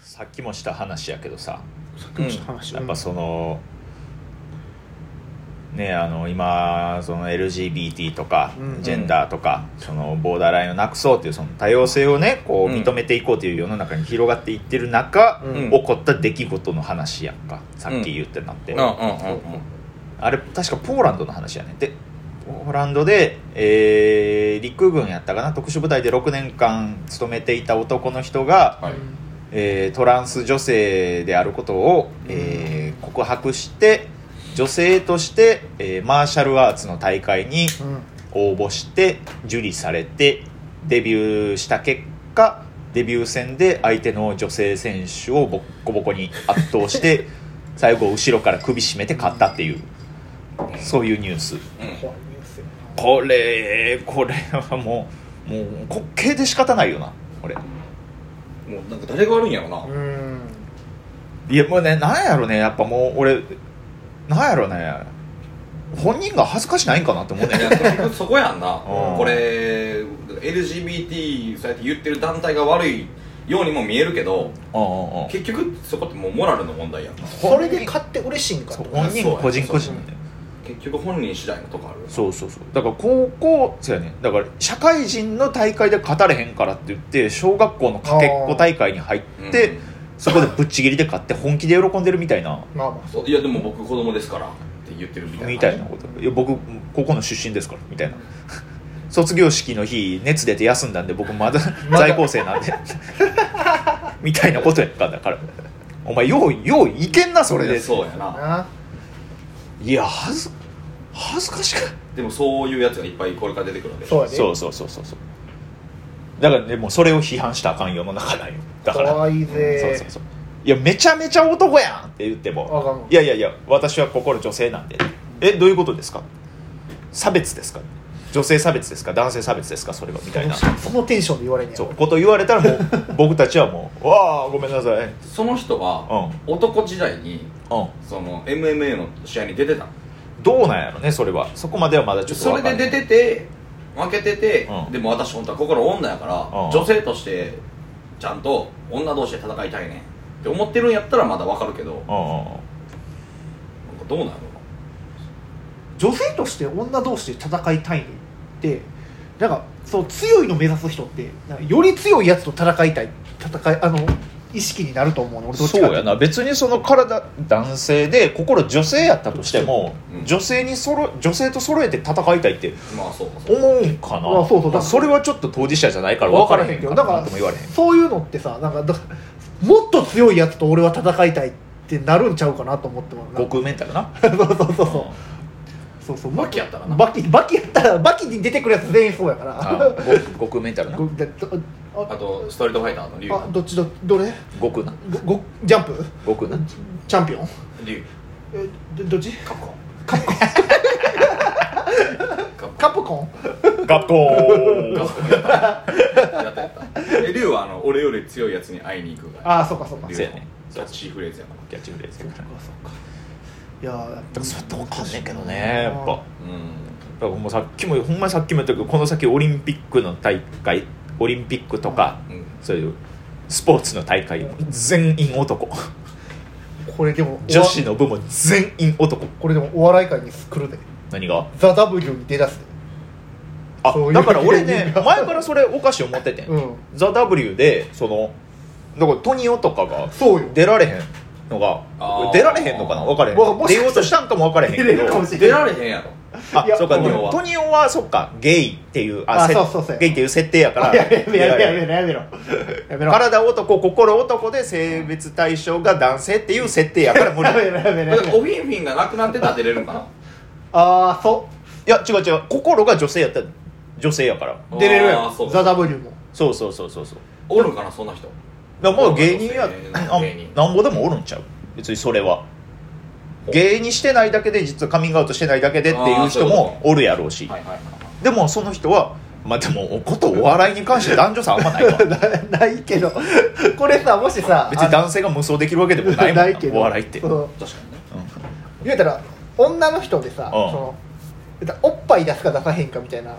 さっきもした話やけどささっきもした話やっぱそのねあの今その LGBT とかうんうんジェンダーとか、そのボーダーラインをなくそうっていうその多様性をねこううん認めていこうという世の中に広がっていってる中、うん起こった出来事の話やんかさっき言ってなって、うんうんうんあれ確かポーランドの話やねでポーランドで、えー陸軍やったかな特殊部隊で6年間勤めていた男の人が、はいえートランス女性であることを、えー告白して女性として、えーマーシャルアーツの大会にうん応募して受理されてデビューした結果デビュー戦で相手の女性選手をボッコボコに圧倒して最後後ろから首絞めて勝ったっていうそういうニュース怖いニュースやなこれこれはもうもう滑稽で仕方ないよなこれうんもうなんか誰が悪いんやろなうんいやもうねなんやろねやっぱもう俺なんやろね本人が恥ずかしないんかなって思うね いや結局そこやんなうんこれ LGBT そうやって言ってる団体が悪いようにも見えるけどうんうんうん結局そこってもうモラルの問題やんなそれで勝って嬉しいんかそうと本人個人個人そうやで結局本人次第のとこあるそうそうそうだから高校そうやねだから社会人の大会で勝たれへんからって言って小学校のかけっこ大会に入って、うんそこでぶっちぎりで勝って本気で喜んでるみたいなまあまあそういやでも僕子供ですからって言ってるみたいなみたいなこといや僕高校の出身ですからみたいな卒業式の日熱出て休んだんで僕まだまだ在校生なんで みたいなことやったんだからお前ようよういけんなそれでそうやなないや恥ず恥ずかしくでもそういうやつがいっぱいこれから出てくるわけそうやでそうそうそうそうそうだからねもうそれを批判したらあかん世の中なんよだから怖いそうぜそうそういやめちゃめちゃ男やんって言ってわかもんないいやいやいや私は心女性なんでえどういうことですか差別ですか女性差別ですか男性差別ですかそれはみたいなそのテンションで言われんねやそうこと言われたらもう僕たちはもう「わあごめんなさい」うんその人は男時代にその MMA の試合に出てたどうなんやろねそれはそこまではまだちょっとそわれかでんない出てて負けてて、うんでも私本当は心女やから、ん女性としてちゃんと女同士で戦いたいねんって思ってるんやったらまだわかるけどなんうかんうんうんどうなの女性として女同士で戦いたいねんってなんかそう強いの目指す人ってなんかより強いやつと戦いたい戦いあの意識になると思うね俺どっちかってそうやな別にその体男性で心女性やったとしても、うん女性にそろ女性と揃えて戦いたいってまあそうかそう思うかんかな、あそうそうまあそれはちょっと当事者じゃないから分分かかららへへんんけけどどだなかんらとも言われへんそういうのってさなんかだもっと強いやつと俺は戦いたいってなるんちゃうかなと思っても悟空メンタルな そうそうそうそうそうそうバキやったらなバキバキやったらバキに出てくるやつ全員そうやからあ悟悟空メンタルなごだどああとストリートファイターの竜あどっちどどれ悟空なごごジャンプ悟空なチャンピオン竜えどどっちカプコンカプコンカプコンガポーンカプコンやったやったやったえ竜はあの俺より強いやつに会いに行くからああそうかそうか竜そうのそうやねキャッチフレーズやからキャッチフレーズやかからそうかいやーやっぱそうやって分かんねんけどねやっぱうだからもうさっきもほんまにさっきも言ったけどこの先オリンピックの大会オリンピックとか、んうんそういうスポーツの大会全員男これでも女子の部も全員男これでもお笑い界に来るで何がザ・ W に出だすであそういうだから俺芸ね人が前からそれお菓子を持っててん、うんザ・ W でそのだからトニオとかがそうよ出られへんのがあー出られへんのかな分かれへんわもし出かよしたらうとしたんかも分かれへんけ出れるかどもし出れないられへんやろあいやそうかトトニニオはオトニオはそっかゲイっていうああせそうそうそうやゲイっていう設定やからやめろやめろや出られへめんろやめろやめろ体男心男で性別対象が男性っていう設定やから無理やめろやめろやだかめらろオフィンフィンがなくなってたら出れるんかなああそいや違う違う心が女性やったら女性やからう出れるやあーそろうザ・ W もそうそうそうそうそうおるんかなそんな人だからもう芸人やそうあ芸人なんぼでもおるんちゃう別にそれは芸にしてないだけで実はカミングアウトしてないだけでっていう人もおるやろうしはいはいはいでもその人はまあでもおことお笑いに関して男女差あんま ないわなないけどこれさもしさ別に男性が無双できるわけでもないもんないけどお笑いってそう確かにね言うたら女の人でさうんその言うたらおっぱい出すか出さへんかみたいな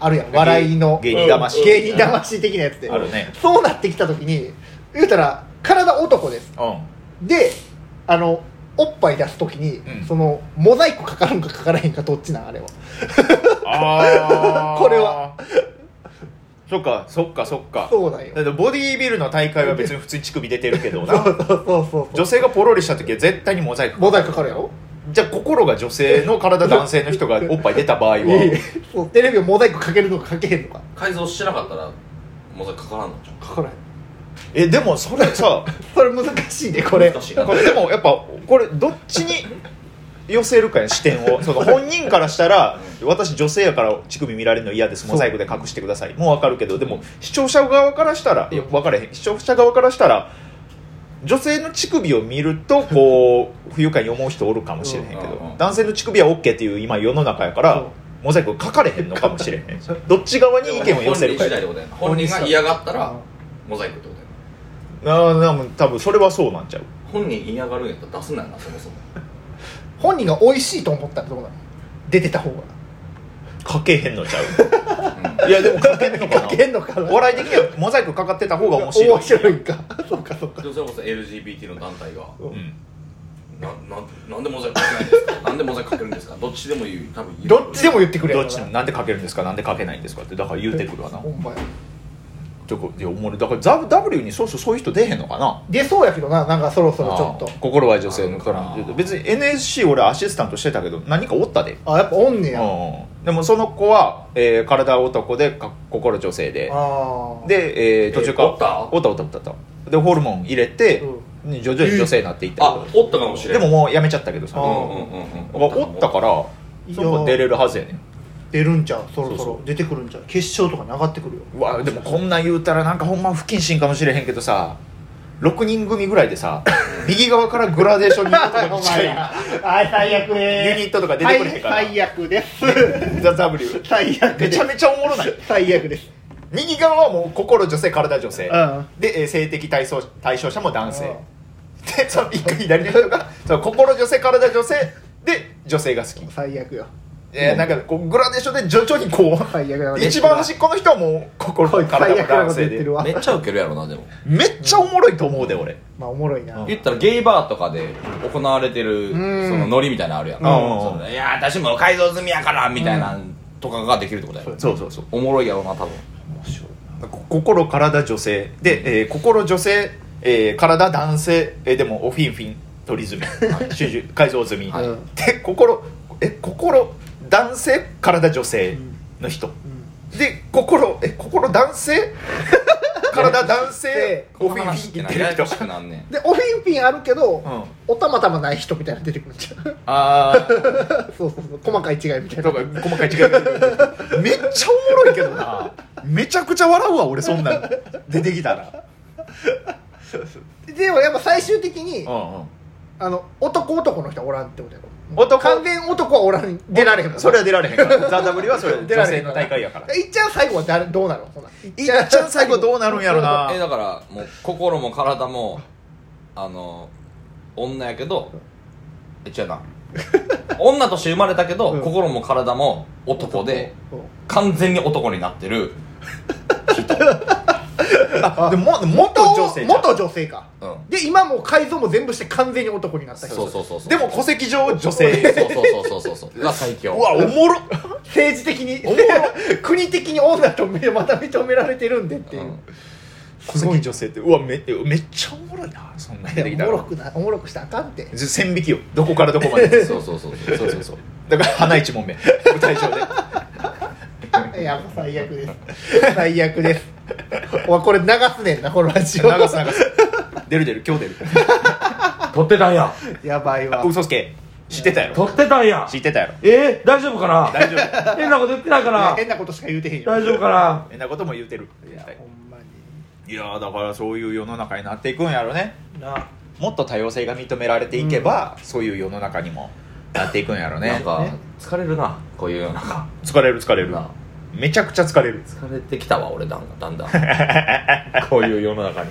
あるやん笑いの芸芸人魂うん芸人魂的なやつであるねそうなってきた時に言うたら体男です うであのおっぱい出すときに、うんそのモザイクかかるんかかからへんかどっちなんあれはん あーこれ はそっかそっかそっかそうだよだってボディービルの大会は別に普通に乳首出てるけどそうそなうそうそう女性がポロリした時は絶対にモザイクモザイクかかるやろじゃあ心が女性の体男性の人がおっぱい出た場合いやいやは そうテレビをモザイクかけるのかかけへんのか改造してなかったらモザイクかからんのじゃんかからへんえでもそれさそれ難しいねこれ難しいなこれでもやっぱこれどっちに寄せるかや視点をその本人からしたら私女性やから乳首見られるの嫌ですモザイクで隠してくださいもう分かるけどでも視聴者側からしたらいや分からへん視聴者側からしたら女性の乳首を見るとこう不愉快に思う人おるかもしれへんけうんうんうどん男性の乳首は OK っていう今世の中やかそらうモザイクかかれへんのかもしれへんどっち側に意見を寄せるか本人次第やでございます本人が嫌がったらモザイクってことやあーでも多分それはそうなんちゃうな本人嫌がるんやったら出すなよなそもそも本人が美味しいと思ったらどうなの出てた方がかけへんのちゃ んういやでもかけんのかなかけんのか なお笑い的にはモザイクかかってた方が面白い面白いんかそうかそうかでそれこそ LGBT の団体がうんなななんでモザイクかけないんですかなんでモザイクかけるんですかどっちでも言う多分言うどっちでも言ってくれどやっろちなのなんでかけるんですかなんでかけないんですかってだから言うてくるわなほんまやちょいやおもろいだからザ W にそうそうそういう人出へんのかな出そうやけどななんかそろそろちょっとあー心は女性のからあー別に NSC 俺アシスタントしてたけど何かおったであやっぱおんねやあうんでもその子は、えー体は男でか心女性であで、えー途中から、えおったおったおったおったおったでホルモン入れて、徐々に女性になっていったあおったかもしれでんももうやめちゃったけどさあうーんうんうんうんうんおったからいやそこ出れるはずやねん出るんちゃうそろそそうろ出てくるんちゃう決勝とかに上がってくるようわでもこんなん言うたらなんかほんま不謹慎かもしれへんけどさ6人組ぐらいで さ右側からグラデーションに行くとかにしたいはい最悪ユニットとか出てくれへんからはい最悪ですザ・ W 最悪めでちゃすめちゃおもろない最悪です右側はもう心女性体女性うんで、えー性的対象対象者も男性うでその一個左の人がその心女性体女性で女性が好きん最悪よえーなんかこうグラデーションで徐々にこう最悪だね一番端っこの人はもう心と体も最悪なこ男と言性ってでるわめっちゃウケるやろなでもめっちゃおもろいと思うで俺まあおもろいなうん言ったらゲイバーとかで行われてるそうんのノリみたいなのあるやんんそのいや私も改造済みやからみたいなんとかができるってことやろそうそうそうおもろいやろな多分こ心体女性で、えー心女性、えー体男性、えーでもおフィンフィン取り済み、収集改造済み、はいで心え心男性体女性の人、で心え心男性 体男性こおのフィンフ話ィってンっなてやるや人こしくなんねんでオフィンピンあるけど、んおたまたまない人みたいなの出てくるんちゃうあ そうそうそう細かい違いみたいあなとか細かい違いが出てくるめっちゃおもろいけどなめちゃくちゃ笑うわ俺そんなん出てきたらでもやっぱ最終的に、うんうんあの男男の人はおらんってことやろ男完全男はおらん出られへんもんそれは出られへんからザ・ W はそれ出女られ性へんかのら大会やからいっちゃん最後は誰どうなのほないっちゃん最後どうなるんやろなえだからもう心も体もあの女やけどえ違うな女として生まれたけど、うん心も体も男でそう完全に男になってるあでもも元元女性じゃん元女性か、うんで今もう改造も全部して完全に男になった人そうそうそうそうでも戸籍上女そう性そうそうそうそうが最強うわおもろ政治的に 国的に女とめまた認められてるんでっていう、うん戸籍女性ってうわめめっちゃおもろいなそんなんい出やてきたおもらろくなおもろくしたらあかんってず線引きよどこからどこまでそうそうそうそうそうそうそうだから花一問目舞台上でいやもう最悪です最悪ですおいこれ流すねんなこのラジオ流す流す出る出る今日出る取ってたんややばいわ嘘つけ知ってたやろ取ってたんや知ってたやろえー、大丈夫かな大丈夫変なこと言ってないかな変なことしか言うてへんよ大丈夫かな変なことも言うてるいやほんまにいやーだからそういう世の中になっていくんやろねなもっと多様性が認められていけば、そういう世の中にもなっていくんやろなねんかね疲れるなこういう世の中疲れる疲れるなめちゃくちゃ疲れる疲れてきたわ俺だんだんだんだんこういう世の中に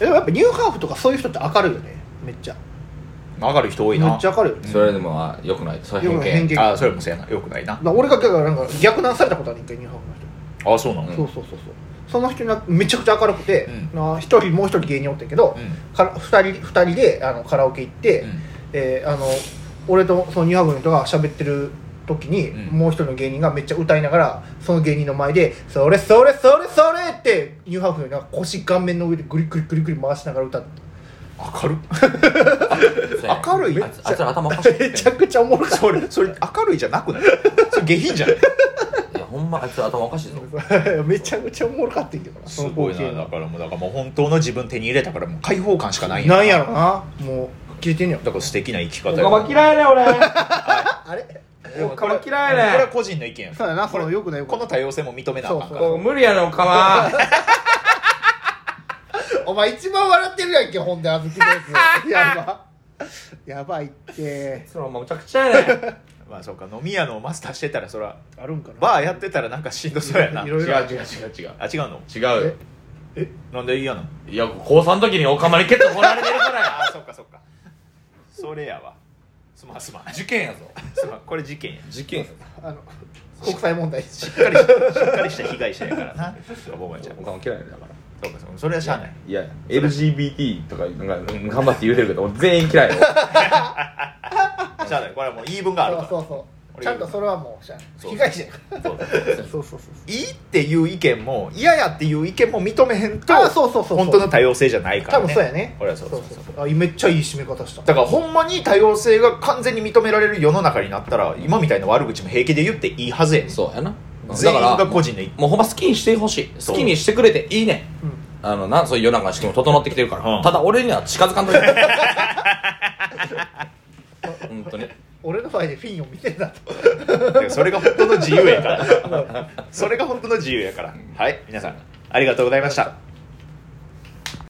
でもやっぱニューハーフとかそういう人って明るいよねめっちゃ上がる人多めいなっちゃ明るいよねそれでもあ良くないそれよ偏く見偏見あそれもそうやなよくないなな俺がだからなんか逆難されたことあるんかニューハーフの人あそうなの、うんそうそうそうそうその人なめちゃくちゃ明るくてうな一、人もう一人芸人おってんけど、うんから二人二人であのカラオケ行って、うんえーあの俺とその2泊の人が喋ってる時に、うんもう一人の芸人がめっちゃ歌いながらその芸人の前で「それそれそれそれ!」ってニューハーフの人が腰顔面の上でグリグリグリグリ回しながら歌って明る明るいあいつあいつら頭おかしいめ ちゃくちゃおもろかっそれそれ明るいじゃなくないそれ下品じゃないいやほんまあいつら頭おかしいぞた めちゃくちゃおもろかったんやけどなすごいなだからもうだからもう本当の自分手に入れたからもう解放感しかないなんやろなもう消えてんねやだから素敵な生き方おか嫌いね俺あれおかこ嫌れいはね個人の意見やそうやなそのよくないよくこないの多様性も認めなあかんからそう無理やねおかまお前一番笑ってるやんけほんであずきのやつやばやばいってそれお前むちゃくちゃやねまあそうか飲み屋のマスターしてたらそらあるんかなバーやってたらなんかしんどそうやないうろ違ういろあ違るう違う違うあ違うの違うよなんで嫌なのいや高3の時におかまに蹴ってこられてるからやああそっかそっかそれやわすまんすまん事件やぞすまんこれ事件や事件やぞあの国際問題しっかりししっかりした被害者やからなボマちゃんおかま嫌いやねだからそうかそうかそれはしゃあないいや LGBT とかなんかうん頑張って言うてるけど俺全 員嫌いよしゃあないこれはもう言い分があるからそうそうそうちゃんとそれはもうしゃあないそう被害者やかそうそうらそうそうそういいっていう意見も嫌やっていう意見も認めへんとあそうそうそうそう本当の多様性じゃないから、多ね、分そうやねこれはそうそうそうあめっちゃいい締め方しただからほんまに多様性が完全に認められる世の中になったら今みたいな悪口も平気で言っていいは ずやねんそうやなだ全員からがも個人の意うほんま好きにしてほしいそう好きにしてくれていいねんうんあのなそういう世の中の仕組みも整ってきてるから、うんただ俺には近づかんといて本当に俺の場合でフィンを見てんだと見それが本当の自由やからそれが本当の自由やからはい皆さんありがとうございました